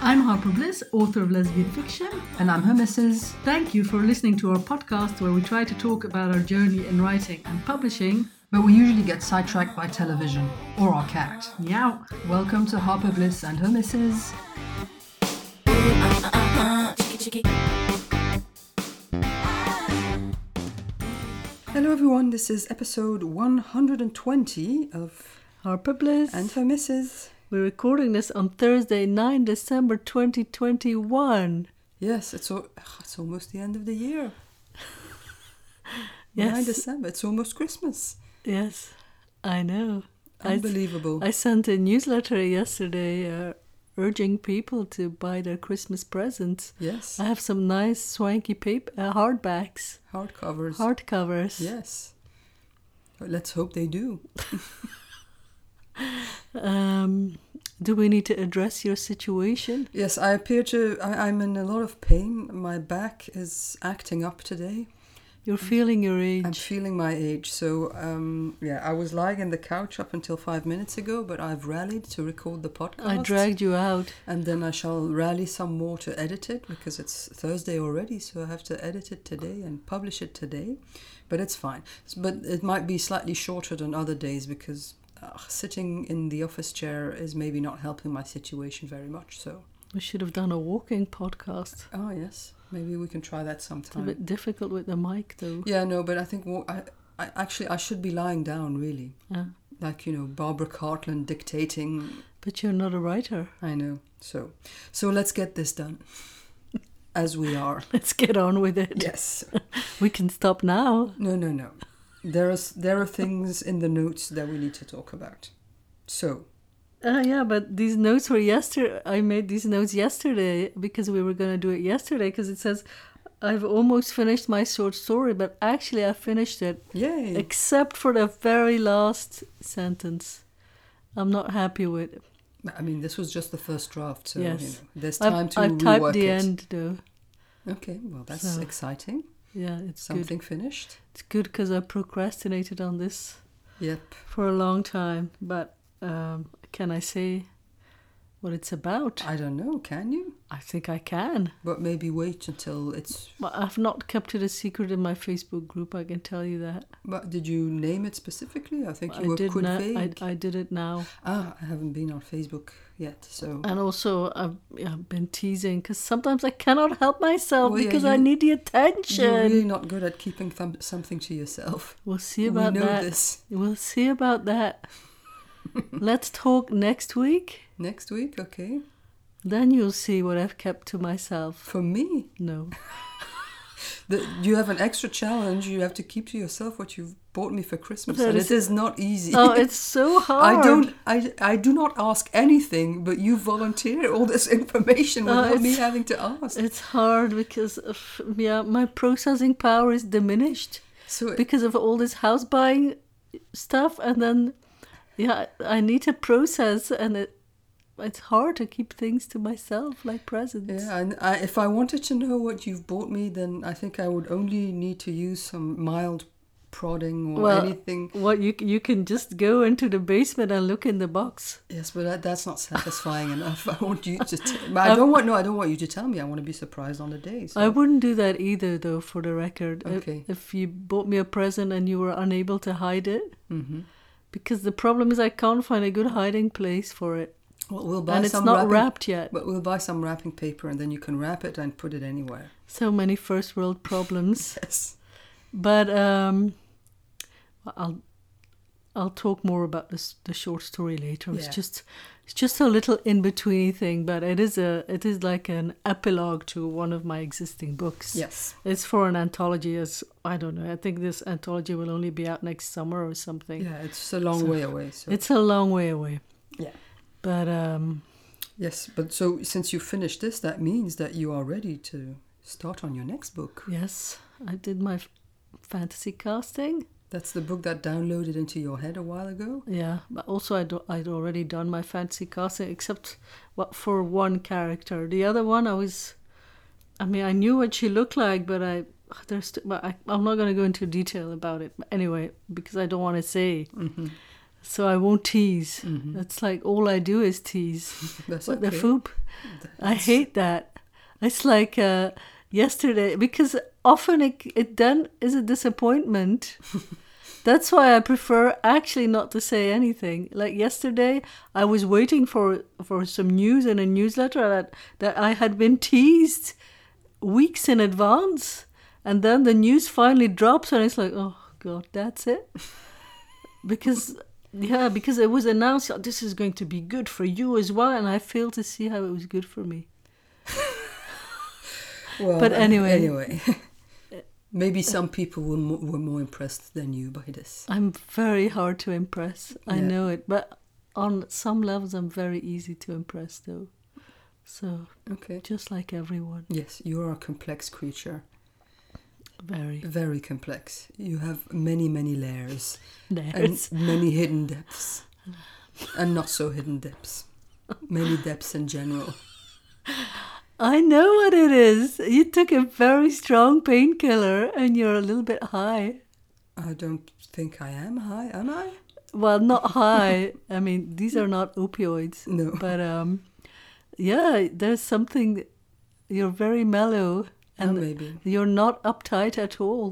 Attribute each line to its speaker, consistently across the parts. Speaker 1: Papa Bliss, author of lesbian fiction, and I'm her missus. Thank you for listening to our podcast where we try to talk about our journey in writing and publishing.
Speaker 2: But we usually get sidetracked by television or our cat.
Speaker 1: Meow.
Speaker 2: Welcome to Harper Bliss and her missus. Hello, everyone. This is episode 120 of
Speaker 1: Harper Bliss.
Speaker 2: And Her Misses.
Speaker 1: we're recording this on Thursday, 9 December 2021.
Speaker 2: Yes, it's, al- ugh, it's almost the end of the year.
Speaker 1: Yes.
Speaker 2: 9 December. It's almost Christmas.
Speaker 1: Yes, I know. I,
Speaker 2: Unbelievable.
Speaker 1: I sent a newsletter yesterday uh, urging people to buy their Christmas presents.
Speaker 2: yes.
Speaker 1: I have some nice swanky paper, uh, hardbacks,
Speaker 2: Hardcovers.
Speaker 1: hardcovers.
Speaker 2: Yes. Well, Let's hope they do.
Speaker 1: Um, do we need to address your situation?
Speaker 2: Yes, I appear to. I, I'm in a lot of pain. My back is acting up today.
Speaker 1: You're feeling your
Speaker 2: I'm
Speaker 1: age.
Speaker 2: feeling my age. So, um, yeah, I was lying in the couch up until five minutes ago, but I've rallied to record the podcast.
Speaker 1: I dragged you out.
Speaker 2: And then I shall rally some more to edit it because it's Thursday already, so I have to edit it today and publish it today. But it's fine. S- But it might be slightly shorter than other days because uh, sitting in the office chair is maybe not helping my situation very much. So,
Speaker 1: We should have done a walking podcast.
Speaker 2: oh, yes, maybe we can try that
Speaker 1: It's a
Speaker 2: sometime.
Speaker 1: bit difficult with the mic, though.
Speaker 2: Yeah, no, but I think wa- I, I actually I should be lying down really,
Speaker 1: Yeah.
Speaker 2: like you know Barbara Cartland dictating.
Speaker 1: But you're not a writer.
Speaker 2: I know. So, so let's get this done, as we are.
Speaker 1: Let's get on with it.
Speaker 2: Yes.
Speaker 1: We can stop now.
Speaker 2: No, no, no. There is there are things in the notes that we need to talk about. So
Speaker 1: Uh, yeah, but these notes were yesterday. I made these notes yesterday because we were going to do it yesterday because it says, I've almost finished my short story, but actually I finished it
Speaker 2: yay.
Speaker 1: except for the very last sentence. I'm not happy with. it.
Speaker 2: I mean, this was just the first draft, so you
Speaker 1: Yes.
Speaker 2: know, there's time
Speaker 1: I've,
Speaker 2: to
Speaker 1: I've
Speaker 2: rework
Speaker 1: typed the
Speaker 2: it.
Speaker 1: end though.
Speaker 2: Okay, well that's
Speaker 1: So-
Speaker 2: exciting.
Speaker 1: Yeah, it's good.
Speaker 2: Something finished.
Speaker 1: It's good because I procrastinated on this
Speaker 2: Yep.
Speaker 1: for a long time. But um, can I say what it's about?
Speaker 2: I don't know. Can you?
Speaker 1: I think I can.
Speaker 2: But maybe wait until it's
Speaker 1: But I've not kept it a secret in my Facebook group. I can tell you that.
Speaker 2: But did you name it specifically? I think you
Speaker 1: I
Speaker 2: were
Speaker 1: did.
Speaker 2: quite
Speaker 1: Na- I,
Speaker 2: vague.
Speaker 1: I did it now.
Speaker 2: ah, I haven't been on Facebook yet, so
Speaker 1: And also, I've, yeah, I've been teasing because sometimes I cannot help myself
Speaker 2: Well, yeah,
Speaker 1: because I
Speaker 2: you-
Speaker 1: need the
Speaker 2: you're
Speaker 1: attention.
Speaker 2: really not good at keeping thom- something to yourself.
Speaker 1: We'll see
Speaker 2: we
Speaker 1: about
Speaker 2: know
Speaker 1: that.
Speaker 2: this.
Speaker 1: We'll see about that. Let's talk next week.
Speaker 2: Next week, okay?
Speaker 1: Then you'll see what I've kept to myself.
Speaker 2: For me,
Speaker 1: No.
Speaker 2: the, you have an extra challenge. You have to keep to yourself what you've bought me for Christmas,
Speaker 1: That
Speaker 2: and
Speaker 1: is-
Speaker 2: it is not easy.
Speaker 1: Oh, it's so hard.
Speaker 2: I don't. I, I do not ask anything, but you volunteer all this information
Speaker 1: Oh,
Speaker 2: without me
Speaker 1: it's-
Speaker 2: having to ask.
Speaker 1: It's hard because of, yeah, my processing power is diminished
Speaker 2: So it-
Speaker 1: because of all this house buying stuff, and then yeah, I need to process, and it it's hard to keep things to myself like presents.
Speaker 2: Yeah, and I, if I wanted to know what you've bought me, then I think I would only need to use some mild prodding or
Speaker 1: Well-
Speaker 2: anything.
Speaker 1: What you you can just go into the basement and look in the box.
Speaker 2: Yes, but that, that's not satisfying enough. I want you to. T- but
Speaker 1: Um,
Speaker 2: I don't want. No, I don't want you to tell me. I want to be surprised on the day. So.
Speaker 1: I wouldn't do that either, though, for the record. If-
Speaker 2: Okay.
Speaker 1: If, you bought me a present and you were unable to hide it, mm-hmm. because the problem is I can't find a good hiding place for it,
Speaker 2: Well, we'll buy
Speaker 1: and it's
Speaker 2: some
Speaker 1: not
Speaker 2: wrapping,
Speaker 1: wrapped yet.
Speaker 2: But we'll buy some wrapping paper, and then you can wrap it and put it anywhere.
Speaker 1: So many first world problems.
Speaker 2: Yes.
Speaker 1: but um, I'll I'll talk more about this the short story later.
Speaker 2: Yeah.
Speaker 1: It's just it's just a little in between thing, but it is a it is like an epilogue to one of my existing books.
Speaker 2: Yes.
Speaker 1: It's for an anthology. As I don't know. I think this anthology will only be out next summer or something.
Speaker 2: Yeah, it's a long
Speaker 1: So-
Speaker 2: way away. So
Speaker 1: It's a long way away.
Speaker 2: Yeah.
Speaker 1: But um,
Speaker 2: yes, but so since you finished this, that means that you are ready to start on your next book.
Speaker 1: yes, I did my f- fantasy casting.
Speaker 2: That's the book that downloaded into your head a while ago.
Speaker 1: Yeah, but also I'd, I'd already done my fantasy casting, except what for one character. The other one, I was, I mean, I knew what she looked like, but I there's, but I, I'm not going to go into detail about it. But anyway, because I don't want to say. so I won't tease. It's like all I do is tease.
Speaker 2: That's
Speaker 1: what the
Speaker 2: okay.
Speaker 1: foop? I hate that. It's like uh, yesterday because often it, it then is a disappointment. That's why I prefer actually not to say anything. Like yesterday, I was waiting for for some news in a newsletter that that I had been teased weeks in advance, and then the news finally drops, and it's like, oh god, that's it because yeah because it was announced "Oh, this is going to be good for you as well and i failed to see how it was good for me
Speaker 2: Well,
Speaker 1: But
Speaker 2: uh,
Speaker 1: anyway.
Speaker 2: anyway, maybe some people were mo- were more impressed than you by this.
Speaker 1: i'm very hard to impress i
Speaker 2: Yeah.
Speaker 1: know it but on some levels i'm very easy to impress though so
Speaker 2: Okay.
Speaker 1: just like everyone
Speaker 2: Yes, you are a complex creature.
Speaker 1: very
Speaker 2: Very complex. You have many, many layers and
Speaker 1: nerds
Speaker 2: many hidden depths, and not so hidden depths. Many depths in general.
Speaker 1: i know what it is you took a very strong painkiller and you're a little bit high
Speaker 2: I don't think I am high, am I?
Speaker 1: well not high i mean these are not opioids
Speaker 2: No.
Speaker 1: but um yeah there's something you're very mellow
Speaker 2: Oh,
Speaker 1: and
Speaker 2: maybe.
Speaker 1: you're not uptight at all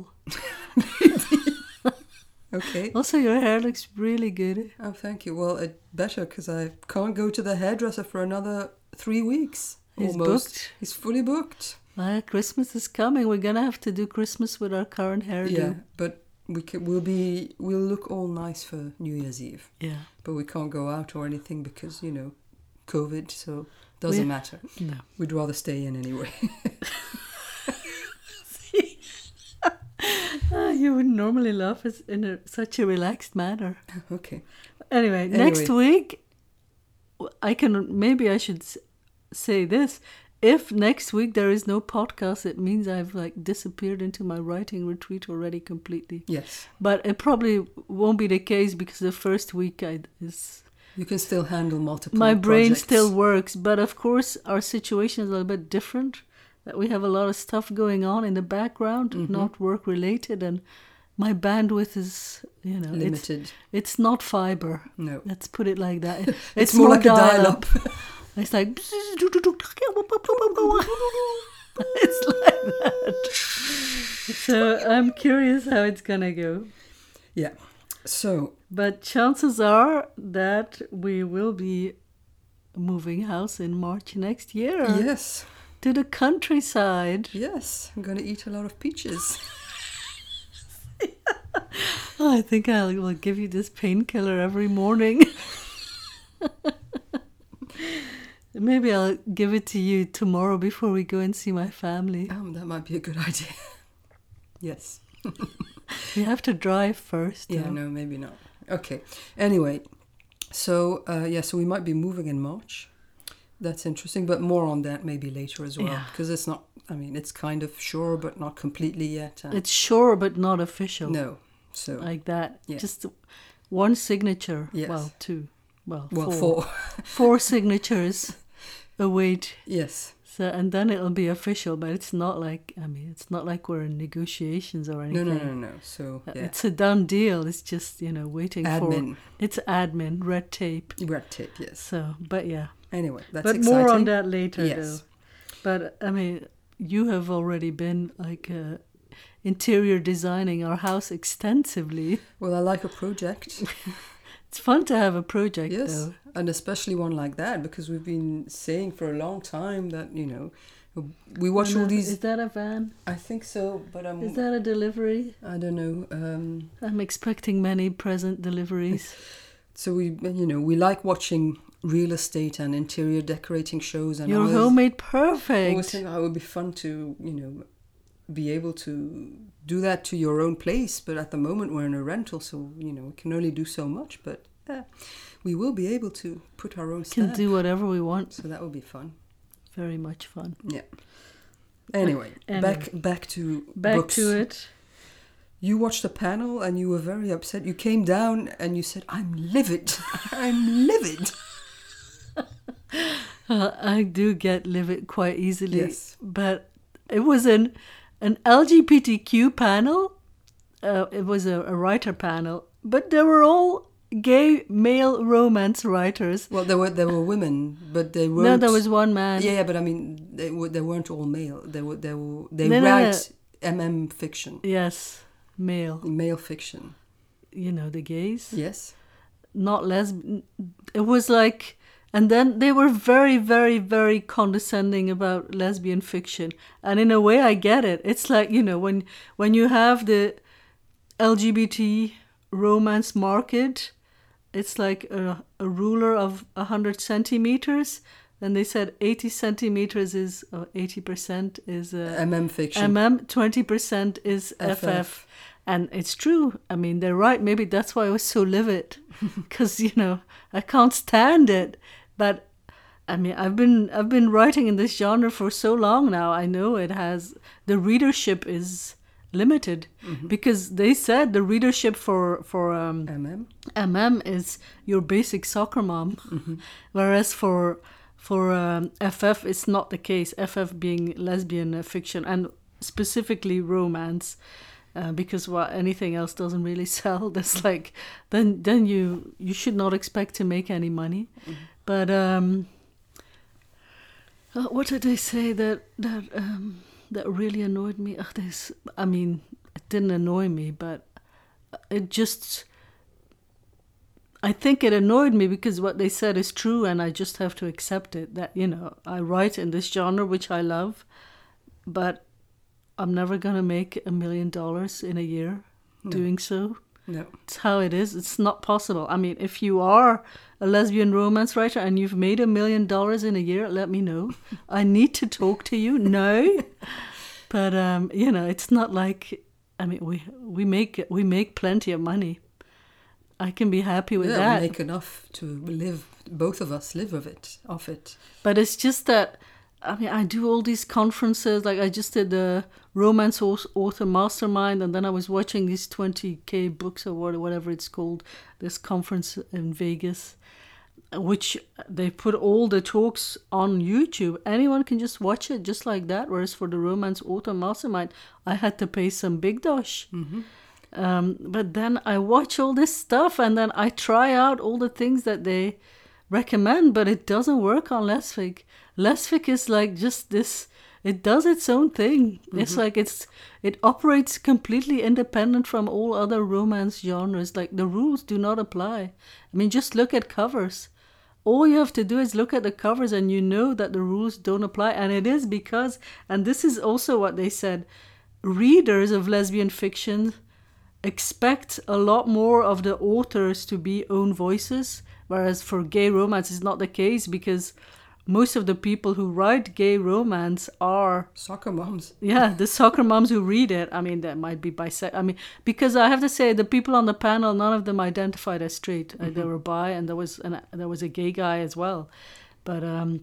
Speaker 2: Okay.
Speaker 1: also your hair looks really good
Speaker 2: Oh, thank you. Well, it better because I can't go to the hairdresser for another three weeks.
Speaker 1: He's
Speaker 2: almost.
Speaker 1: booked.
Speaker 2: He's fully booked.
Speaker 1: well Uh, christmas is coming we're gonna have to do christmas with our current hairdo
Speaker 2: Yeah, but we can, we'll be we'll look all nice for New Year's Eve,
Speaker 1: yeah
Speaker 2: but we can't go out or anything because you know, COVID. So doesn't
Speaker 1: We-
Speaker 2: matter.
Speaker 1: no
Speaker 2: We'd rather stay in anyway.
Speaker 1: Ah, you would normally laugh as- in a, such a relaxed manner
Speaker 2: okay.
Speaker 1: Anyway, next week, I can maybe I should s- say this. If next week there is no podcast, it means I've like disappeared into my writing retreat already completely.
Speaker 2: Yes,
Speaker 1: But it probably won't be the case because the first week I is
Speaker 2: you can still handle multiple.
Speaker 1: my brain
Speaker 2: projects.
Speaker 1: still works. But of course, our situation is a little bit different. That we have a lot of stuff going on in the background, not work related, and my bandwidth is you know it's
Speaker 2: limited.
Speaker 1: it's not fiber.
Speaker 2: No.
Speaker 1: Let's put it like that. Mm. It's,
Speaker 2: It's more like a dial-up.
Speaker 1: It's like it's like that. So I'm curious how it's gonna go.
Speaker 2: Yeah. So
Speaker 1: But chances are that we will be moving house in March next year
Speaker 2: yes,
Speaker 1: to the countryside.
Speaker 2: yes, I'm gonna eat a lot of peaches.
Speaker 1: I think I will give you this painkiller every morning. Maybe I'll give it to you tomorrow before we go and see my family.
Speaker 2: Um, that might be a good idea. yes.
Speaker 1: We have to drive first.
Speaker 2: Yeah,
Speaker 1: though.
Speaker 2: no, maybe not. Okay. Anyway, so uh, yeah, so we might be moving in March. That's interesting, but more on that maybe later as well,
Speaker 1: Yeah.
Speaker 2: because it's not. I mean, it's kind of sure, but not completely yet. and-
Speaker 1: It's sure, but not official.
Speaker 2: no, so
Speaker 1: Like that.
Speaker 2: Yeah.
Speaker 1: Just one signature.
Speaker 2: Yes.
Speaker 1: Well, two. Well,
Speaker 2: well,
Speaker 1: four.
Speaker 2: four.
Speaker 1: Four signatures await.
Speaker 2: yes,
Speaker 1: So, and then it'll be official, but it's not like, I mean, it's not like we're in negotiations or
Speaker 2: no,
Speaker 1: anything. Uh,
Speaker 2: no, no, no. So yeah,
Speaker 1: It's a done deal. It's just you know waiting
Speaker 2: admin
Speaker 1: for it's admin red tape.
Speaker 2: red tape. Yes.
Speaker 1: So, but yeah,
Speaker 2: Anyway, that's
Speaker 1: but
Speaker 2: exciting.
Speaker 1: more on that later
Speaker 2: Yes.
Speaker 1: though. But I mean, you have already been like uh, interior designing our house extensively.
Speaker 2: Well, I like a project.
Speaker 1: It's fun to have a project
Speaker 2: Yes,
Speaker 1: though.
Speaker 2: and especially one like that because we've been saying for a long time that you know we watch
Speaker 1: And, uh,
Speaker 2: all these.
Speaker 1: Is that a van?
Speaker 2: I think so, but I'm.
Speaker 1: Is that a delivery?
Speaker 2: I don't know. Um,
Speaker 1: I'm expecting many present deliveries.
Speaker 2: so we, you know, we like watching real estate and interior decorating shows, and
Speaker 1: Your
Speaker 2: always,
Speaker 1: homemade
Speaker 2: always
Speaker 1: perfect.
Speaker 2: think oh, it would be fun to, you know, be able to do that to your own place. But at the moment, we're in a rental, so you know, we can only do so much. But yeah, we will be able to put our own stamp.
Speaker 1: Can do whatever we want.
Speaker 2: so that will be fun.
Speaker 1: Very much fun.
Speaker 2: Yeah. Anyway,
Speaker 1: Anyway.
Speaker 2: back back to
Speaker 1: Back
Speaker 2: books.
Speaker 1: to it.
Speaker 2: You watched a panel and you were very upset. You came down and you said, "I'm livid. I'm livid."
Speaker 1: Uh, I do get livid quite easily.
Speaker 2: Yes.
Speaker 1: But it was an an LGBTQ panel. Uh, it was a, a writer panel, but they were all gay male romance writers.
Speaker 2: Well, there were there were women, but they were
Speaker 1: No, there was one man.
Speaker 2: Yeah, yeah, but I mean, they, were, they weren't all male. They were they were they
Speaker 1: No, no, no.
Speaker 2: write mm fiction,
Speaker 1: Yes, male.
Speaker 2: male fiction.
Speaker 1: You know, the gays.
Speaker 2: Yes.
Speaker 1: Not lesbian. It was like. And then they were very, very, very condescending about lesbian fiction. And in a way, I get it. It's like, you know, when when you have the LGBT romance market, it's like a, a ruler of 100 centimeters. And they said 80 centimeters is, or 80% is. Uh,
Speaker 2: mm fiction.
Speaker 1: MM, 20% is FF.
Speaker 2: FF.
Speaker 1: And it's true. I mean, they're right. Maybe that's why I was so livid because, you know, I can't stand it. But I mean, I've been I've been writing in this genre for so long now. I know it has the readership is limited because they said the readership for for um,
Speaker 2: mm.
Speaker 1: MM is your basic soccer mom, whereas for for um, FF it's not the case. FF being lesbian uh, fiction and specifically romance, uh, because well, anything else doesn't really sell. That's like then then you you should not expect to make any money. But um, uh, what did they say that that um, that really annoyed me? Ugh, this I mean it didn't annoy me, but it just I think it annoyed me because what they said is true, and I just have to accept it. That you know, I write in this genre which I love, but I'm never gonna make a million dollars in a year
Speaker 2: Hmm.
Speaker 1: doing so.
Speaker 2: No.
Speaker 1: It's how it is. It's not possible. I mean, if you are a lesbian romance writer and you've made a million dollars in a year, let me know. I need to talk to you. No, but um, you know, it's not like I mean, we we make we make plenty of money. I can be happy with
Speaker 2: Yeah,
Speaker 1: that.
Speaker 2: we make enough to live. Both of us live of it, off it.
Speaker 1: But it's just that I mean, I do all these conferences. Like I just did the romance au- author mastermind, and then I was watching these twenty k books or what- whatever it's called. This conference in Vegas, which they put all the talks on YouTube. Anyone can just watch it just like that. Whereas for the romance author mastermind, I had to pay some big dosh. Um, but then I watch all this stuff and then I try out all the things that they recommend, but it doesn't work on Lesvik. Lesvik is like just this. It does its own thing. It's like it's it operates completely independent from all other romance genres. Like the rules do not apply. I mean, just look at covers. All you have to do is look at the covers and you know that the rules don't apply. And it is because, and this is also what they said readers of lesbian fiction expect a lot more of the authors to be own voices, whereas for gay romance, it's not the case because most of the people who write gay romance are
Speaker 2: Soccer moms.
Speaker 1: yeah, the soccer moms who read it. I mean, that might be bisexual. I mean, because I have to say, the people on the panel, none of them identified as straight. Uh, they were bi, and there was an, there was a gay guy as well. But um,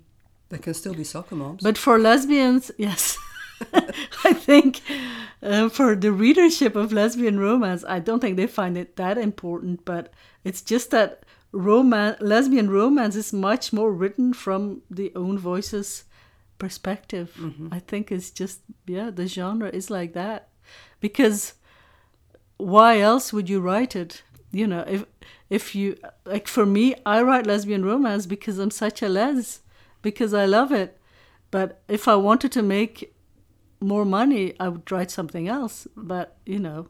Speaker 2: They can still be soccer moms.
Speaker 1: but for lesbians, yes, I think uh, for the readership of lesbian romance, I don't think they find it that important. But it's just that romance, lesbian romance, is much more written from the own voices perspective. I think it's just yeah, the genre is like that because why else would you write it? You know, if if you like for me, I write lesbian romance because I'm such a les, because I love it. But if I wanted to make more money, I would write something else. But you know,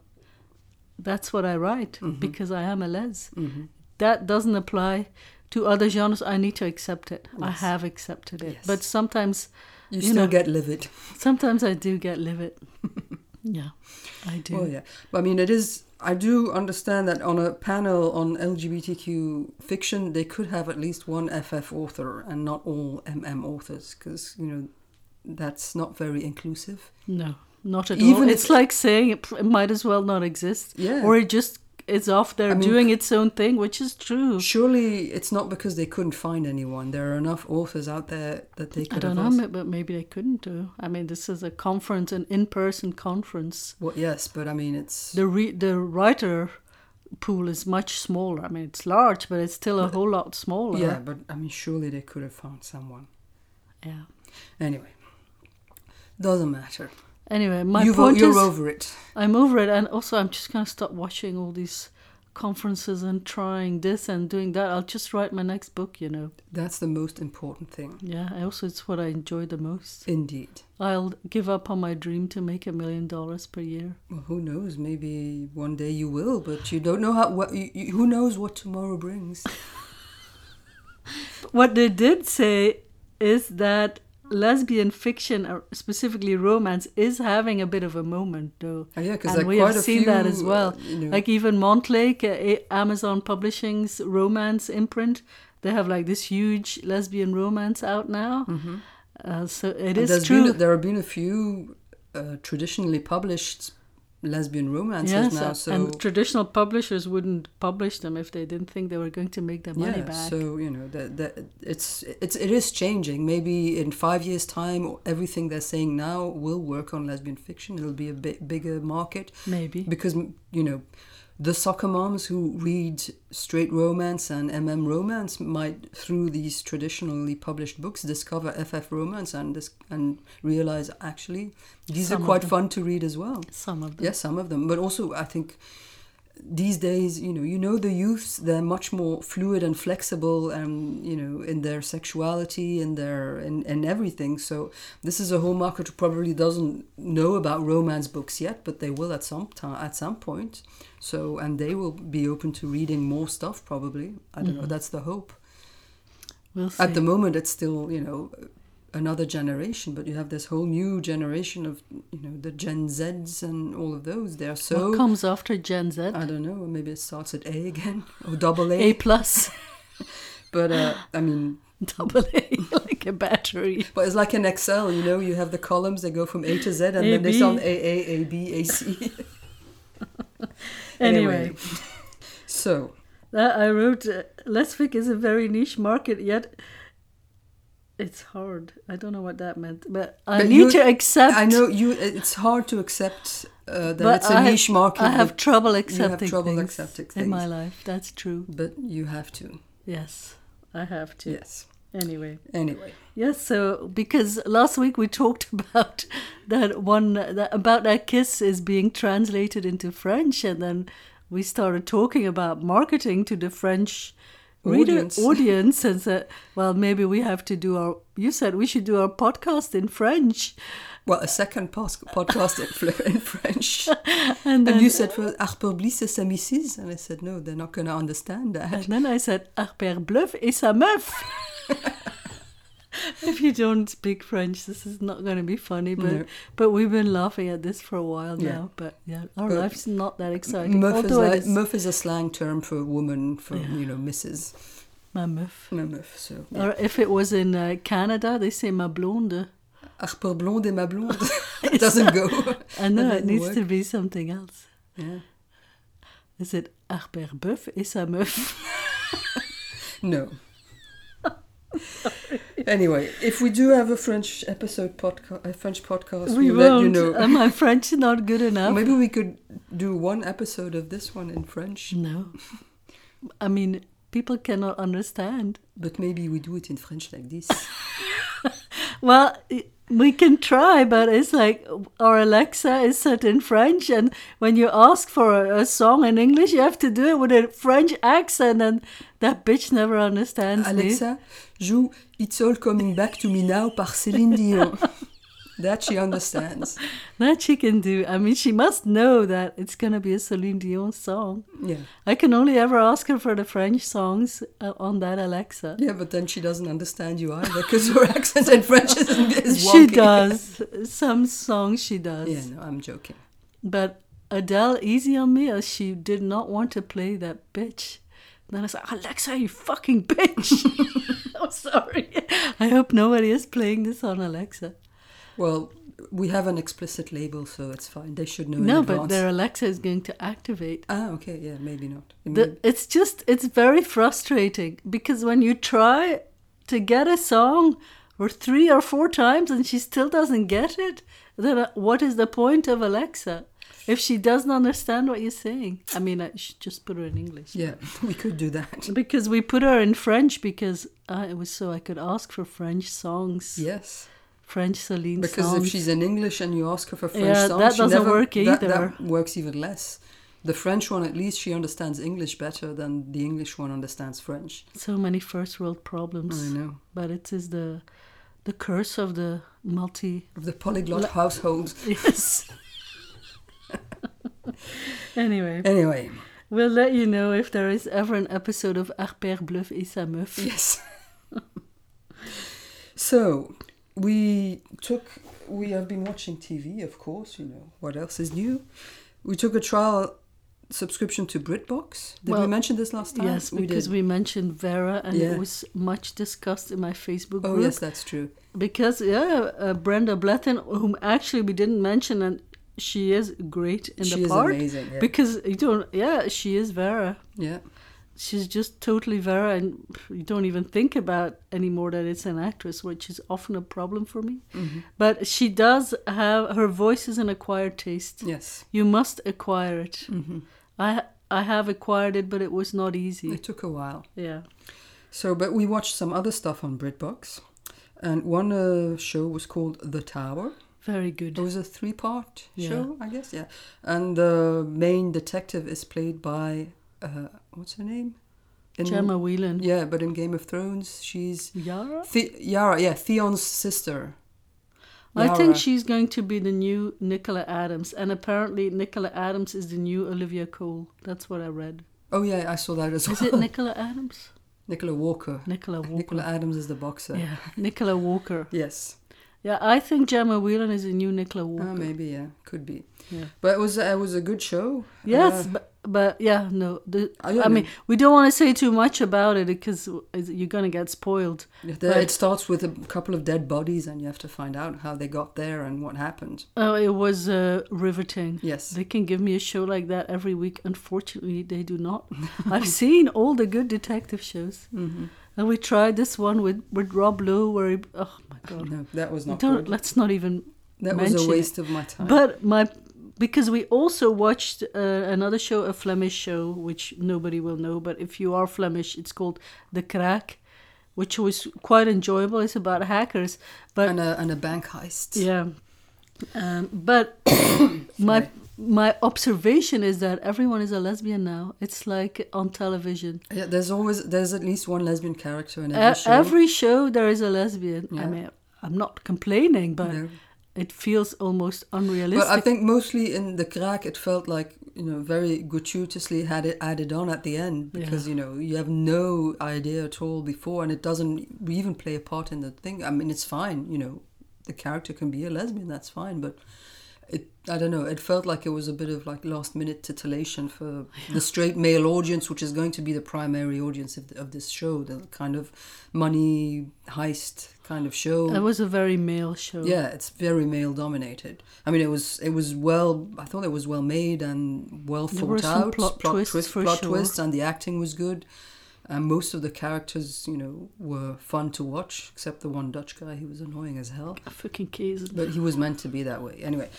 Speaker 1: that's what I write because I am a les. That doesn't apply to other genres. I need to accept it. I have accepted it.
Speaker 2: Yes.
Speaker 1: But sometimes,
Speaker 2: you,
Speaker 1: you
Speaker 2: still
Speaker 1: know-
Speaker 2: get livid.
Speaker 1: sometimes I do get livid. yeah, I do.
Speaker 2: Oh yeah, but I mean, it is. I do understand that on a panel on LGBTQ fiction, they could have at least one FF author and not all MM authors, because you know that's not very inclusive.
Speaker 1: No, not at
Speaker 2: Even
Speaker 1: all.
Speaker 2: if-
Speaker 1: It's like saying it, it might as well not exist.
Speaker 2: Yeah.
Speaker 1: Or it just is off there
Speaker 2: I mean,
Speaker 1: doing its own thing, which is true.
Speaker 2: Surely it's not because they couldn't find anyone. There are enough authors out there that they could.
Speaker 1: I
Speaker 2: have
Speaker 1: don't know,
Speaker 2: asked-
Speaker 1: ma- but maybe they couldn't do. I mean, this is a conference, an in-person conference.
Speaker 2: Well, yes, but I mean, it's
Speaker 1: The re- the writer pool is much smaller. I mean, it's large, but it's still a whole lot smaller.
Speaker 2: yeah, but I mean, surely they could have found someone.
Speaker 1: Yeah.
Speaker 2: Anyway, doesn't matter.
Speaker 1: Anyway, my
Speaker 2: You've o-
Speaker 1: point
Speaker 2: you're
Speaker 1: is,
Speaker 2: over it.
Speaker 1: I'm over it, and also I'm just gonna stop watching all these conferences and trying this and doing that. I'll just write my next book, you know.
Speaker 2: That's the most important thing.
Speaker 1: Yeah, I also it's what I enjoy the most.
Speaker 2: Indeed.
Speaker 1: I'll give up on my dream to make a million dollars per year.
Speaker 2: Well, who knows? Maybe one day you will, but you don't know how. What, you, you, who knows what tomorrow brings?
Speaker 1: What they did say is that lesbian fiction, or specifically romance, is having a bit of a moment, though.
Speaker 2: Oh, yeah, 'cause,
Speaker 1: and
Speaker 2: like,
Speaker 1: we have
Speaker 2: quite a
Speaker 1: seen that
Speaker 2: few,
Speaker 1: as well.
Speaker 2: uh, you know-
Speaker 1: Like even Montlake, uh, A- Amazon Publishing's romance imprint, they have like this huge lesbian romance out now. Uh, so it
Speaker 2: Mm-hmm. And
Speaker 1: is
Speaker 2: there's
Speaker 1: true.
Speaker 2: Been, there have been a few uh, traditionally published lesbian romances
Speaker 1: Yes,
Speaker 2: now,
Speaker 1: uh,
Speaker 2: so
Speaker 1: and traditional publishers wouldn't publish them if they didn't think they were going to make their money
Speaker 2: yeah,
Speaker 1: back.
Speaker 2: so you know that that it's it's it is changing. Maybe in five years' time, everything they're saying now will work on lesbian fiction. It'll be a bit bigger market
Speaker 1: Maybe.
Speaker 2: because you know the soccer moms who read straight romance and mm romance might through these traditionally published books discover ff romance and dis- and realize actually these
Speaker 1: Some
Speaker 2: are
Speaker 1: of
Speaker 2: quite
Speaker 1: them.
Speaker 2: fun to read as well
Speaker 1: Some of them.
Speaker 2: Yes, some of them, but also I think these days, you know, you know the youths, they're much more fluid and flexible, and you know, in their sexuality, in their in, in everything. So this is a whole market who probably doesn't know about romance books yet, but they will at some time at some point. So and they will be open to reading more stuff probably. I don't know. That's the hope.
Speaker 1: We'll see.
Speaker 2: At the moment, it's still you know another generation, but you have this whole new generation of you know the Gen Zs and all of those. They are so
Speaker 1: what comes after Gen Z?
Speaker 2: I don't know. Maybe it starts at A again or double A.
Speaker 1: A plus,
Speaker 2: But uh, I mean,
Speaker 1: double A, like a battery.
Speaker 2: but it's like an Excel. You know, you have the columns. They go from A to Z, and then
Speaker 1: AB.
Speaker 2: they sound A A A B A C.
Speaker 1: Anyway,
Speaker 2: so
Speaker 1: that I wrote uh, Lesbic is a very niche market, yet it's hard. I don't know what that meant, but I
Speaker 2: But
Speaker 1: need
Speaker 2: you-
Speaker 1: to accept.
Speaker 2: I know you. It's hard to accept uh, that
Speaker 1: but
Speaker 2: it's a
Speaker 1: I-
Speaker 2: niche market.
Speaker 1: I have
Speaker 2: but-
Speaker 1: trouble accepting.
Speaker 2: trouble
Speaker 1: things
Speaker 2: accepting
Speaker 1: in my
Speaker 2: things.
Speaker 1: life. That's true.
Speaker 2: but you have to.
Speaker 1: Yes, I have to.
Speaker 2: Yes.
Speaker 1: Anyway.
Speaker 2: Anyway.
Speaker 1: Yes, so because last week we talked about that one that, about that kiss is being translated into French, and then we started talking about marketing to the French reader
Speaker 2: Audience.
Speaker 1: audience, and said, "Well, maybe we have to do our." You said we should do our podcast in French,
Speaker 2: Well, a second pos- podcast in, fl- in French.
Speaker 1: and then
Speaker 2: And you said, well, Harper Bliss is a missus. And I said, no, they're not going to understand that.
Speaker 1: and then I said, "Harper bluff et sa meuf." if you don't speak French, this is not going to be funny. But
Speaker 2: No.
Speaker 1: but we've been laughing at this for a while
Speaker 2: Yeah.
Speaker 1: now. But yeah, our
Speaker 2: But
Speaker 1: life's not that exciting.
Speaker 2: Muff is,
Speaker 1: Although it
Speaker 2: like,
Speaker 1: is
Speaker 2: muff is a slang term for a woman, for, you know, Uh, missus.
Speaker 1: my muff.
Speaker 2: No, muff, so. yeah.
Speaker 1: Or if it was in uh, Canada, they say ma blonde.
Speaker 2: Harper blonde et ma blonde. it doesn't go.
Speaker 1: I know it
Speaker 2: doesn't
Speaker 1: needs
Speaker 2: work.
Speaker 1: to be something else.
Speaker 2: Yeah.
Speaker 1: Is it Arbert Bœuf et sa meuf?
Speaker 2: No. anyway, if we do have a French episode podcast, a French podcast,
Speaker 1: we
Speaker 2: will let
Speaker 1: won't. Uh,
Speaker 2: you know.
Speaker 1: Am I French not good enough?
Speaker 2: Maybe we could do one episode of this one in French,
Speaker 1: No. I mean, people cannot understand.
Speaker 2: but maybe we do it in French like this.
Speaker 1: Well, i- we can try, but it's like our Alexa is set in French, and when you ask for a, a song in English, you have to do it with a French accent, and that bitch never understands me.
Speaker 2: Alexa, joue It's All Coming Back to Me Now par Céline Dion. that she understands.
Speaker 1: That she can do. I mean, she must know that it's gonna be a Celine Dion song.
Speaker 2: Yeah.
Speaker 1: I can only ever ask her for the French songs uh, on that Alexa.
Speaker 2: Yeah, but then she doesn't understand you either because your accent in French is, is
Speaker 1: She
Speaker 2: wonky.
Speaker 1: does some songs. She does,
Speaker 2: Yeah, no, I'm joking.
Speaker 1: but Adele, easy on me, as she did not want to play that bitch. Then I was like, Alexa, you fucking bitch. I'm sorry. I hope nobody is playing this on Alexa.
Speaker 2: Well, we have an explicit label, so it's fine. They should know
Speaker 1: no,
Speaker 2: in
Speaker 1: but
Speaker 2: advance.
Speaker 1: their Alexa is going to activate.
Speaker 2: Ah, okay, yeah, maybe not.
Speaker 1: The,
Speaker 2: Maybe-
Speaker 1: it's just, it's very frustrating because when you try to get a song or three or four times and she still doesn't get it, then uh, what is the point of Alexa if she doesn't understand what you're saying? I mean, I should just put her in English.
Speaker 2: yeah, we could do that.
Speaker 1: Because we put her in French because I it was so I could ask for French songs,
Speaker 2: Yes,
Speaker 1: French Celine
Speaker 2: because
Speaker 1: songs.
Speaker 2: if she's in English and you ask her for French
Speaker 1: Yeah,
Speaker 2: songs,
Speaker 1: that
Speaker 2: she
Speaker 1: doesn't
Speaker 2: never-
Speaker 1: work
Speaker 2: that- That,
Speaker 1: either.
Speaker 2: works even less. The French one, at least, she understands English better than the English one understands French.
Speaker 1: So many first world problems.
Speaker 2: I know.
Speaker 1: But it is the the curse of the multi.
Speaker 2: Of the polyglot households.
Speaker 1: Yes. anyway,
Speaker 2: Anyway,
Speaker 1: we'll let you know if there is ever an episode of Arpère Bluff et sa meuf.
Speaker 2: yes. so we took. We have been watching TV, of course. You know what else is new. We took a trial subscription to BritBox. Did we
Speaker 1: Well,
Speaker 2: mention this last time?
Speaker 1: Yes, because we, mentioned Vera and
Speaker 2: Yeah.
Speaker 1: it was much discussed in my Facebook
Speaker 2: Oh
Speaker 1: group.
Speaker 2: yes, that's true.
Speaker 1: Because, yeah, uh, Brenda Bletton, whom actually we didn't mention, and she is great in
Speaker 2: she
Speaker 1: the
Speaker 2: is
Speaker 1: part.
Speaker 2: amazing. Yeah.
Speaker 1: Because you don't, yeah, she is Vera.
Speaker 2: yeah.
Speaker 1: She's just totally Vera, and you don't even think about anymore that it's an actress, which is often a problem for me.
Speaker 2: Mm-hmm.
Speaker 1: But she does have her voice is an acquired taste.
Speaker 2: Yes.
Speaker 1: You must acquire it.
Speaker 2: Mm-hmm.
Speaker 1: I I have acquired it, but it was not easy.
Speaker 2: It took a while.
Speaker 1: Yeah.
Speaker 2: So, but we watched some other stuff on BritBox, and one uh, show was called The Tower.
Speaker 1: Very good.
Speaker 2: It was a three-part
Speaker 1: Yeah.
Speaker 2: show, I guess. Yeah, and the main detective is played by uh, what's her name? In-
Speaker 1: Gemma Whelan.
Speaker 2: Yeah, but in Game of Thrones, she's
Speaker 1: Yara?
Speaker 2: the- Yara. Yeah, Theon's sister.
Speaker 1: I think
Speaker 2: Yara.
Speaker 1: she's going to be the new Nicola Adams, and apparently Nicola Adams is the new Olivia Cole. That's what I read.
Speaker 2: Oh yeah, I saw that as well.
Speaker 1: Is it Nicola Adams?
Speaker 2: Nicola Walker?
Speaker 1: Nicola Walker.
Speaker 2: Nicola Adams is the boxer.
Speaker 1: Yeah, Nicola Walker.
Speaker 2: Yes.
Speaker 1: Yeah, I think Gemma Whelan is the new Nicola Walker.
Speaker 2: Ah, maybe yeah, could be.
Speaker 1: Yeah.
Speaker 2: But it was it was a good show.
Speaker 1: Yes,
Speaker 2: Uh,
Speaker 1: but, but yeah, no. The,
Speaker 2: I
Speaker 1: I,
Speaker 2: don't
Speaker 1: mean,
Speaker 2: know.
Speaker 1: we don't want to say too much about it because you're going to get spoiled.
Speaker 2: The-
Speaker 1: But-
Speaker 2: it starts with a couple of dead bodies, and you have to find out how they got there and what happened.
Speaker 1: Oh, it was uh, riveting.
Speaker 2: Yes.
Speaker 1: They can give me a show like that every week. Unfortunately, they do not. I've seen all the good detective shows.
Speaker 2: Mm-hmm.
Speaker 1: And we tried this one with, with Rob Lowe, where he, oh my god,
Speaker 2: No, that was not
Speaker 1: don't
Speaker 2: good.
Speaker 1: let's not even.
Speaker 2: That was a
Speaker 1: mention it.
Speaker 2: waste of my time.
Speaker 1: But my because we also watched uh, another show, a Flemish show, which nobody will know. But if you are Flemish, it's called The Crack, which was quite enjoyable. It's about hackers, but
Speaker 2: and a and a bank heist.
Speaker 1: yeah, um, but my my observation is that everyone is a lesbian now. It's like on television.
Speaker 2: Yeah, there's always there's at least one lesbian character in every
Speaker 1: Every
Speaker 2: show.
Speaker 1: show, every show there is a lesbian. I
Speaker 2: Yeah.
Speaker 1: mean, I'm not complaining, but
Speaker 2: No.
Speaker 1: it feels almost unrealistic.
Speaker 2: but I think mostly in the crack, it felt like you know very gratuitously had it added on at the end because you know you have no idea at all before, and it doesn't even play a part in the thing. I mean, it's fine, you know, the character can be a lesbian, that's fine, but. It, I don't know. It felt like it was a bit of like last minute titillation for the straight male audience, which is going to be the primary audience of, of this show, the kind of money heist kind of show.
Speaker 1: it was a very male show.
Speaker 2: Yeah, it's very male dominated. I mean, it was it was well. I thought it was well made and well
Speaker 1: There
Speaker 2: thought
Speaker 1: were some
Speaker 2: out.
Speaker 1: plot twists for
Speaker 2: plot
Speaker 1: sure.
Speaker 2: twists, and the acting was good. And most of the characters, you know, were fun to watch, except the one Dutch guy. He was annoying as hell,
Speaker 1: I fucking cases.
Speaker 2: but he was meant to be that way anyway.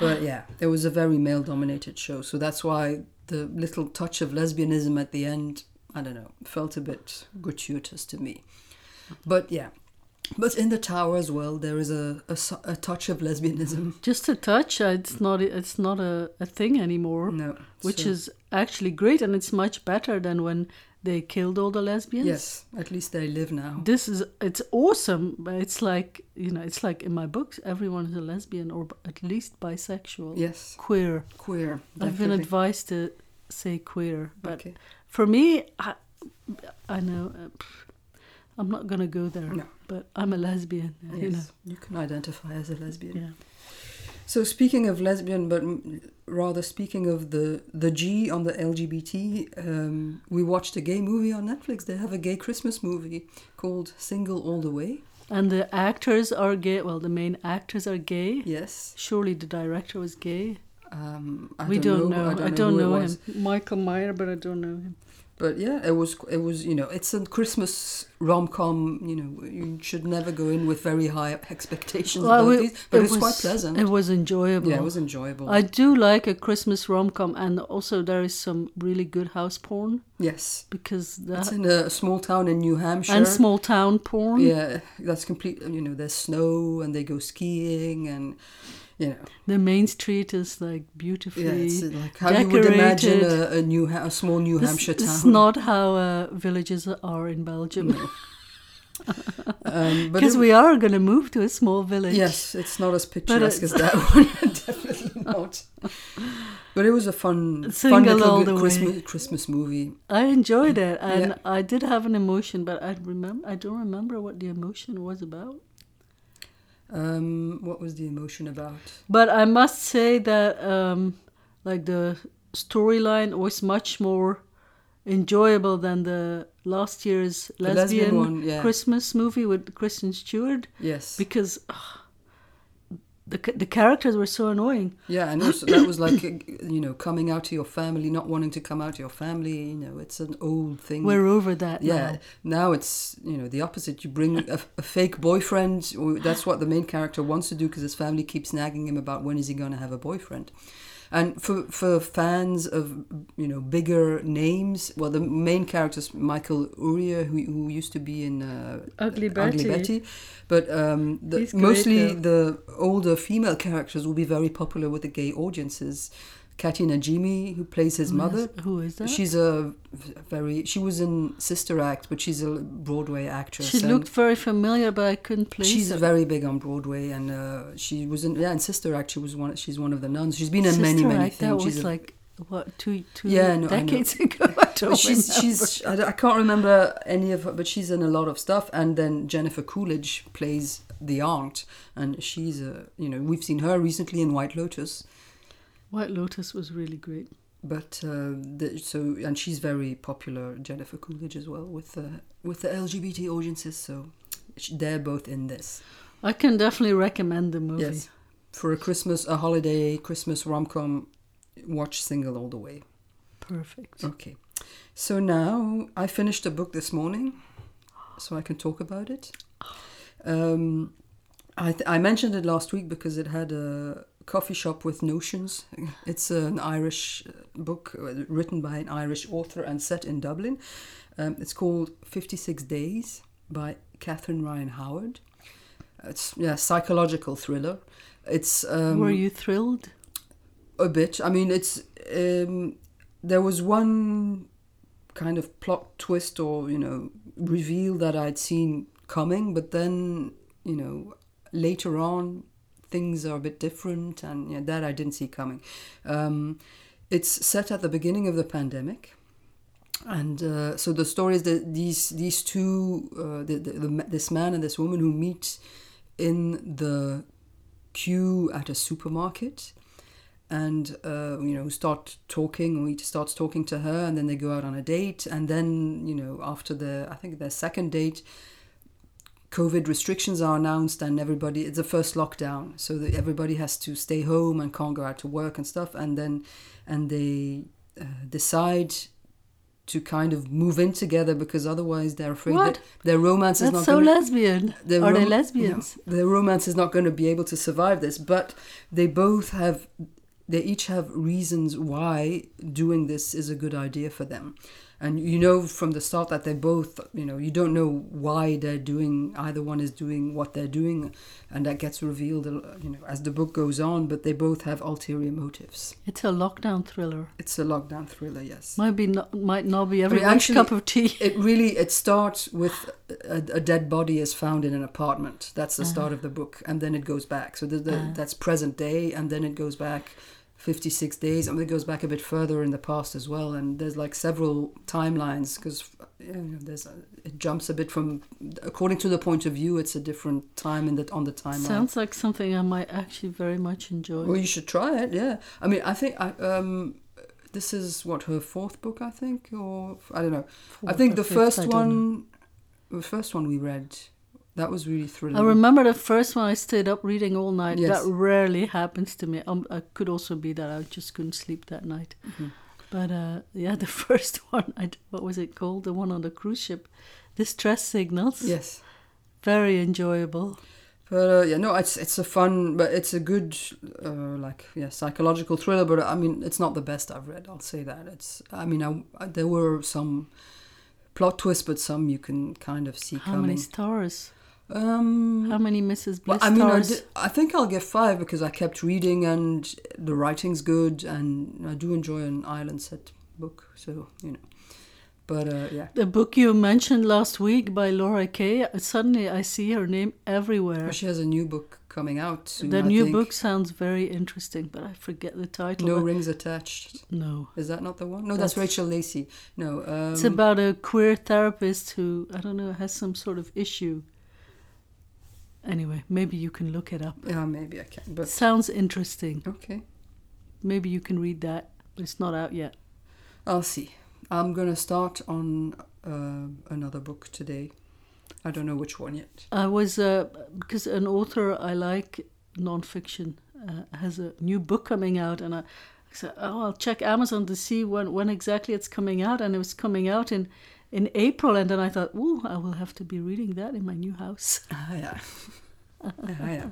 Speaker 2: But yeah, it was a very male dominated show, so that's why the little touch of lesbianism at the end, I don't know, felt a bit gratuitous to me. But yeah. But in the tower as well, there is a, a, su- a touch of lesbianism.
Speaker 1: Just a touch. uh, It's not. It's not a, a thing anymore.
Speaker 2: No.
Speaker 1: Which
Speaker 2: so-
Speaker 1: is actually great, and it's much better than when they killed all the lesbians.
Speaker 2: Yes, at least they live now.
Speaker 1: this is it's awesome but it's like you know it's like in my books everyone is a lesbian or b- at least bisexual
Speaker 2: Yes.
Speaker 1: queer
Speaker 2: Queer.
Speaker 1: i've been
Speaker 2: definitely.
Speaker 1: advised to say queer but
Speaker 2: Okay.
Speaker 1: for me i, I know uh, pff, i'm not gonna go there
Speaker 2: No.
Speaker 1: but i'm a lesbian you know
Speaker 2: Yes. You can identify as a lesbian.
Speaker 1: yeah
Speaker 2: So speaking of lesbian, but m- rather speaking of the the G on the LGBT, um, we watched a gay movie on Netflix. They have a gay Christmas movie called Single All the Way.
Speaker 1: and the actors are gay well the main actors are gay
Speaker 2: Yes.
Speaker 1: surely the director was gay
Speaker 2: Um, I
Speaker 1: we
Speaker 2: don't know.
Speaker 1: i don't
Speaker 2: who it
Speaker 1: know
Speaker 2: was.
Speaker 1: him michael meyer but i don't know him
Speaker 2: But yeah, it was it was you know it's a Christmas rom com. You know you should never go in with very high expectations
Speaker 1: Well,
Speaker 2: about
Speaker 1: we-
Speaker 2: these, but
Speaker 1: it
Speaker 2: it's quite
Speaker 1: was-
Speaker 2: pleasant.
Speaker 1: it was enjoyable
Speaker 2: yeah, it was enjoyable.
Speaker 1: I do like a Christmas rom com, and also there is some really good house porn
Speaker 2: yes,
Speaker 1: because
Speaker 2: it's
Speaker 1: that
Speaker 2: in a small town in New Hampshire.
Speaker 1: Uh, and small town porn.
Speaker 2: Yeah, that's complete. You know, there's snow and they go skiing and you know.
Speaker 1: The main street is like beautifully
Speaker 2: Yeah, it's like how you would imagine
Speaker 1: decorated.
Speaker 2: a, a new ha- a small New
Speaker 1: This-
Speaker 2: Hampshire
Speaker 1: this is
Speaker 2: town.
Speaker 1: not how uh, villages are in Belgium.
Speaker 2: um, but
Speaker 1: Because
Speaker 2: it-
Speaker 1: we are going to move to a small village.
Speaker 2: yes, it's not as picturesque as
Speaker 1: it's-
Speaker 2: that one. Definitely not. But it was a fun,
Speaker 1: Sing
Speaker 2: fun
Speaker 1: along
Speaker 2: little
Speaker 1: the
Speaker 2: good
Speaker 1: way.
Speaker 2: Christmas, Christmas movie.
Speaker 1: I enjoyed it, and
Speaker 2: Yeah.
Speaker 1: I did have an emotion, but I remember I don't remember what the emotion was about.
Speaker 2: Um, what was the emotion about?
Speaker 1: But I must say that um, like the storyline was much more enjoyable than the last year's
Speaker 2: The
Speaker 1: lesbian,
Speaker 2: lesbian one, yeah.
Speaker 1: Christmas movie with Kristen Stewart
Speaker 2: Yes.
Speaker 1: because ugh, the ca- the characters were so annoying.
Speaker 2: yeah, and also that was like, you know, coming out to your family, not wanting to come out to your family. You know, it's an old thing.
Speaker 1: We're over that.
Speaker 2: Mm. yeah,
Speaker 1: now.
Speaker 2: now it's you know the opposite. You bring a, a fake boyfriend. Or that's what the main character wants to do because his family keeps nagging him about when is he going to have a boyfriend. And for for fans of you know bigger names, well, the main character's Michael Uria, who who used to be in uh,
Speaker 1: Ugly Betty.
Speaker 2: but um, the,
Speaker 1: He's great,
Speaker 2: mostly
Speaker 1: though.
Speaker 2: the older female characters will be very popular with the gay audiences. Katy Najimy, who plays
Speaker 1: Oh,
Speaker 2: his mother,
Speaker 1: Who is that?
Speaker 2: She's a very. She was in Sister Act, but she's a Broadway actress.
Speaker 1: She
Speaker 2: and
Speaker 1: looked very familiar, but I couldn't place
Speaker 2: She's
Speaker 1: her.
Speaker 2: very big on Broadway, and uh, she was in yeah in Sister Act. She was one. She's one of the nuns. She's been in
Speaker 1: Sister
Speaker 2: many many
Speaker 1: Act,
Speaker 2: things.
Speaker 1: That was
Speaker 2: she's a-
Speaker 1: like what two two
Speaker 2: Yeah, no, I know.
Speaker 1: decades ago. I don't
Speaker 2: but she's
Speaker 1: remember.
Speaker 2: she's I, don't- I can't remember any of her, but she's in a lot of stuff. And then Jennifer Coolidge plays the aunt, and she's a you know we've seen her recently in White Lotus.
Speaker 1: White Lotus was really great.
Speaker 2: But uh, the, so and she's very popular, Jennifer Coolidge as well with the with the LGBT audiences. So sh- they're both in this.
Speaker 1: I can definitely recommend the movie.
Speaker 2: Yes, for a Christmas, a holiday Christmas rom com, watch single all the way.
Speaker 1: Perfect.
Speaker 2: Okay, so now I finished a book this morning, so I can talk about it. Um, I th- I mentioned it last week because it had a coffee shop with notions. It's an Irish uh, book uh, written by an Irish author and set in Dublin. Um, it's called Fifty Six Days by Catherine Ryan Howard. It's yeah psychological thriller. It's um,
Speaker 1: Were you thrilled?
Speaker 2: a bit. I mean, it's um, there was one kind of plot twist or you know reveal that I'd seen coming, but then you know later on things are a bit different, and yeah, that I didn't see coming. Um, it's set at the beginning of the pandemic. And uh, so the story is that these these two, uh, the, the, the, ma- this man and this woman who meet in the queue at a supermarket, and uh, you know start talking or he starts talking to her and then they go out on a date and then you know after the i think their second date covid restrictions are announced and everybody it's the first lockdown so that everybody has to stay home and can't go out to work and stuff and then and they uh, decide to kind of move in together because otherwise they're afraid
Speaker 1: What?
Speaker 2: that their romance is not
Speaker 1: That's so
Speaker 2: going to
Speaker 1: lesbian.
Speaker 2: the
Speaker 1: Are they
Speaker 2: rom-
Speaker 1: lesbians?
Speaker 2: no, the romance is not going to be able to survive this, but they both have, they each have reasons why doing this is a good idea for them. And you know from the start that they both, you know, you don't know why they're doing, either one is doing what they're doing, and that gets revealed, you know, as the book goes on, but they both have ulterior motives.
Speaker 1: It's a lockdown thriller.
Speaker 2: It's a lockdown thriller, yes.
Speaker 1: Might be not, might not be every
Speaker 2: mean, actually-
Speaker 1: cup of tea.
Speaker 2: It really it starts with a, a dead body is found in an apartment. That's the start of the book, and then it goes back. So the, the, that's present day, and then it goes back fifty six days, and it goes back a bit further in the past as well. And there's like several timelines because you know, there's a, it jumps a bit from according to the point of view. It's a different time in that on the timeline.
Speaker 1: Sounds like something I might actually very much enjoy.
Speaker 2: Well, you should try it. Yeah, I mean, I think I, um, this is what her fourth book, I think, or I don't know. I
Speaker 1: Fourth
Speaker 2: think
Speaker 1: or
Speaker 2: the
Speaker 1: fifth, I
Speaker 2: first
Speaker 1: don't
Speaker 2: one, the first one we read, that was really thrilling.
Speaker 1: I remember the first one I stayed up reading all night.
Speaker 2: Yes.
Speaker 1: That rarely happens to me. Um, I could also be that I just couldn't sleep that night.
Speaker 2: Mm-hmm.
Speaker 1: But uh, yeah, the first one, I d what was it called? The one on the cruise ship, Distress Signals.
Speaker 2: Yes,
Speaker 1: Very enjoyable.
Speaker 2: but uh, yeah, no, it's it's a fun, but it's a good uh, like yeah psychological thriller. But I mean, it's not the best I've read. I'll say that. It's I mean, I, I- there were some plot twists, but some you can kind of see
Speaker 1: How
Speaker 2: coming.
Speaker 1: many stars?
Speaker 2: Um,
Speaker 1: How many Mrs.
Speaker 2: well,
Speaker 1: Bliss
Speaker 2: I mean, I,
Speaker 1: stars?
Speaker 2: di- I think I'll give five because I kept reading and the writing's good, and I do enjoy an island set book. So you know, but uh, yeah,
Speaker 1: the book you mentioned last week by Laura Kay. Suddenly, I see her name everywhere.
Speaker 2: Well, she has a new book coming out soon.
Speaker 1: The
Speaker 2: I
Speaker 1: new
Speaker 2: think.
Speaker 1: book sounds very interesting, but I forget the title.
Speaker 2: No rings attached.
Speaker 1: No.
Speaker 2: Is that not the one? No, that's,
Speaker 1: That's-
Speaker 2: Rachel Lacey. No, um,
Speaker 1: It's about a queer therapist who I don't know has some sort of issue. Anyway, maybe you can look it up.
Speaker 2: yeah, maybe I can. But
Speaker 1: Sounds interesting.
Speaker 2: okay,
Speaker 1: Maybe you can read that. It's not out yet.
Speaker 2: I'll see. I'm gonna start on uh, another book today. I don't know which one yet.
Speaker 1: I was uh, because an author I like nonfiction uh, has a new book coming out, and I, I said, "Oh, I'll check Amazon to see when when exactly it's coming out." And it was coming out in in April, and then I thought, "Ooh, I will have to be reading that in my new house."
Speaker 2: Ah yeah, ah yeah.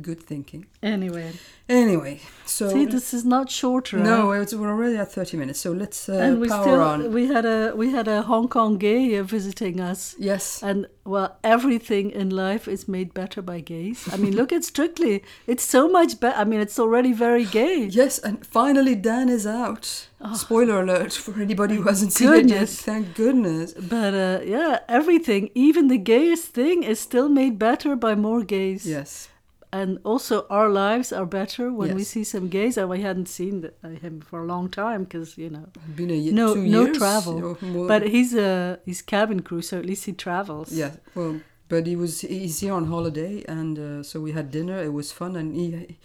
Speaker 2: Good thinking.
Speaker 1: Anyway,
Speaker 2: Anyway, so
Speaker 1: see, this is not shorter. huh?
Speaker 2: no, it's, we're already at thirty minutes. So let's uh,
Speaker 1: and we
Speaker 2: power
Speaker 1: still
Speaker 2: on.
Speaker 1: we had a we had a Hong Kong gay uh, visiting us.
Speaker 2: Yes,
Speaker 1: And well, everything in life is made better by gays. I mean, look at Strictly; it's so much better. I mean, it's already very gay.
Speaker 2: yes, and finally Dan is out. Spoiler alert for anybody who hasn't seen it yet.
Speaker 1: Ah. goodness.
Speaker 2: Thank goodness.
Speaker 1: But uh, yeah, everything, even the gayest thing, is still made better by more gays.
Speaker 2: Yes,
Speaker 1: And also, our lives are better when we
Speaker 2: Yes.
Speaker 1: see some gays, and we hadn't seen th- uh, him for a long time because you know,
Speaker 2: been a ye-
Speaker 1: no,
Speaker 2: two
Speaker 1: no
Speaker 2: years,
Speaker 1: travel.
Speaker 2: or more.
Speaker 1: But he's a he's cabin crew, so at least he travels.
Speaker 2: yeah, well, but he was he's here on holiday, and uh, so we had dinner. It was fun, and he,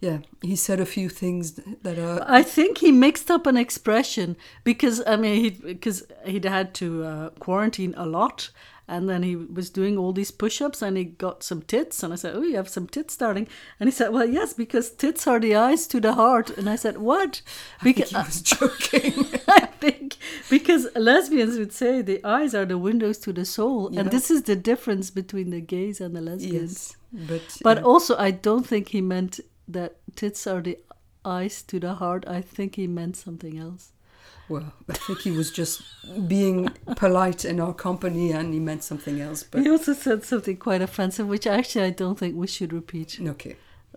Speaker 2: yeah, he said a few things that are
Speaker 1: I think he mixed up an expression because I mean he because he'd had to uh, quarantine a lot, and then he was doing all these push-ups and he got some tits, and I said, "Oh, you have some tits, darling," and he said, "Well, yes, because tits are the eyes to the heart," and I said, "What?" Because
Speaker 2: he was joking.
Speaker 1: I think because lesbians would say the eyes are the windows to the soul,
Speaker 2: Yeah.
Speaker 1: and this is the difference between the gays and the lesbians.
Speaker 2: yes, but uh,
Speaker 1: But also, I don't think he meant that tits are the eyes to the heart. I think he meant something else.
Speaker 2: Well, I think he was just being polite in our company and he meant something else. But
Speaker 1: He also said something quite offensive, which actually I don't think we should repeat.
Speaker 2: okay.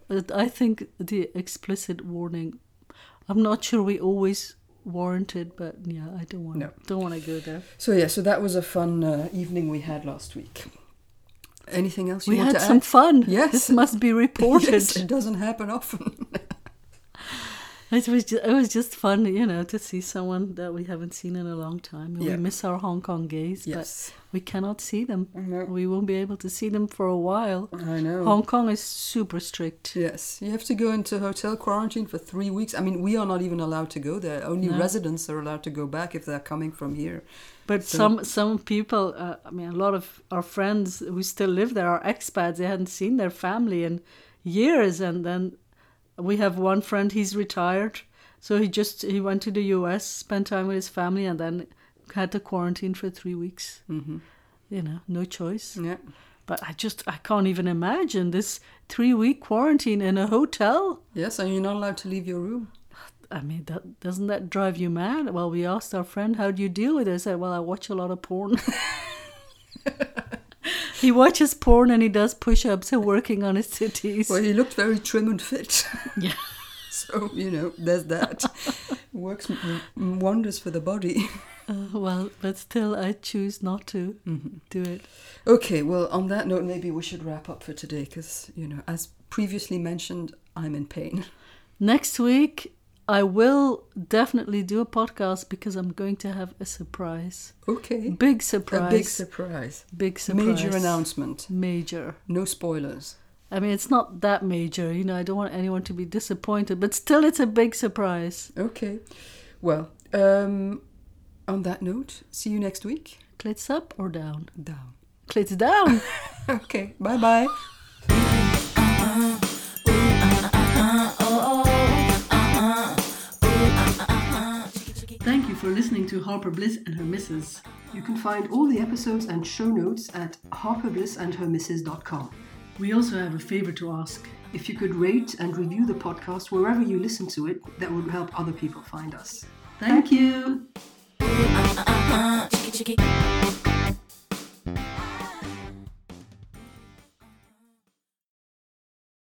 Speaker 1: But I think the explicit warning. I'm not sure we always warrant it, but yeah, I don't want
Speaker 2: No.
Speaker 1: don't want to go there.
Speaker 2: So, yeah, so that was a fun uh, evening we had last week. Anything else you
Speaker 1: we
Speaker 2: want
Speaker 1: had
Speaker 2: to
Speaker 1: some
Speaker 2: add?
Speaker 1: fun.
Speaker 2: Yes.
Speaker 1: this must be reported.
Speaker 2: Yes, it doesn't happen often.
Speaker 1: It was just, it was just fun, you know, to see someone that we haven't seen in a long time.
Speaker 2: Yeah.
Speaker 1: We miss our Hong Kong gays,
Speaker 2: yes.
Speaker 1: but we cannot see them.
Speaker 2: No,
Speaker 1: We won't be able to see them for a while.
Speaker 2: I know.
Speaker 1: Hong Kong is super strict.
Speaker 2: Yes, you have to go into hotel quarantine for three weeks. I mean, we are not even allowed to go there. Only
Speaker 1: No.
Speaker 2: residents are allowed to go back if they're coming from here.
Speaker 1: But
Speaker 2: So-
Speaker 1: some some people, uh, I mean, a lot of our friends who still live there are expats. They hadn't seen their family in years, and then we have one friend. He's retired, so he just he went to the U.S., spent time with his family, and then had to quarantine for three weeks.
Speaker 2: hmm
Speaker 1: You know, no choice.
Speaker 2: Yeah.
Speaker 1: But I just I can't even imagine this three week quarantine in a hotel.
Speaker 2: Yes, and you're not allowed to leave your room.
Speaker 1: I mean, that, doesn't that drive you mad? Well, we asked our friend, how do you deal with it? I said, well, I watch a lot of porn. he watches porn and he does push ups and working on his titties.
Speaker 2: Well, he looked very trim and fit.
Speaker 1: Yeah.
Speaker 2: So, you know, there's that. Works m- m- wonders for the body.
Speaker 1: Uh, well, but still, I choose not to
Speaker 2: Mm-hmm.
Speaker 1: do it.
Speaker 2: Okay, well, on that note, maybe we should wrap up for today because, you know, as previously mentioned, I'm in pain.
Speaker 1: Next week, I will definitely do a podcast because I'm going to have a surprise.
Speaker 2: Okay.
Speaker 1: Big surprise.
Speaker 2: A big surprise.
Speaker 1: Big surprise.
Speaker 2: Major announcement.
Speaker 1: Major.
Speaker 2: No spoilers.
Speaker 1: I mean, it's not that major, you know, I don't want anyone to be disappointed, but still, it's a big surprise.
Speaker 2: Okay. Well, um, on that note, see you next week.
Speaker 1: Clits up or down?
Speaker 2: Down.
Speaker 1: Clits down!
Speaker 2: Okay. Bye bye.
Speaker 1: Thank you for listening to Harper Bliss and her missus.
Speaker 3: You can find all the episodes and show notes at harperblissandhermisses.com.
Speaker 1: We also have a favor to ask.
Speaker 3: If you could rate and review the podcast wherever you listen to it, that would help other people find us.
Speaker 1: Thank you!
Speaker 4: chicky chicky.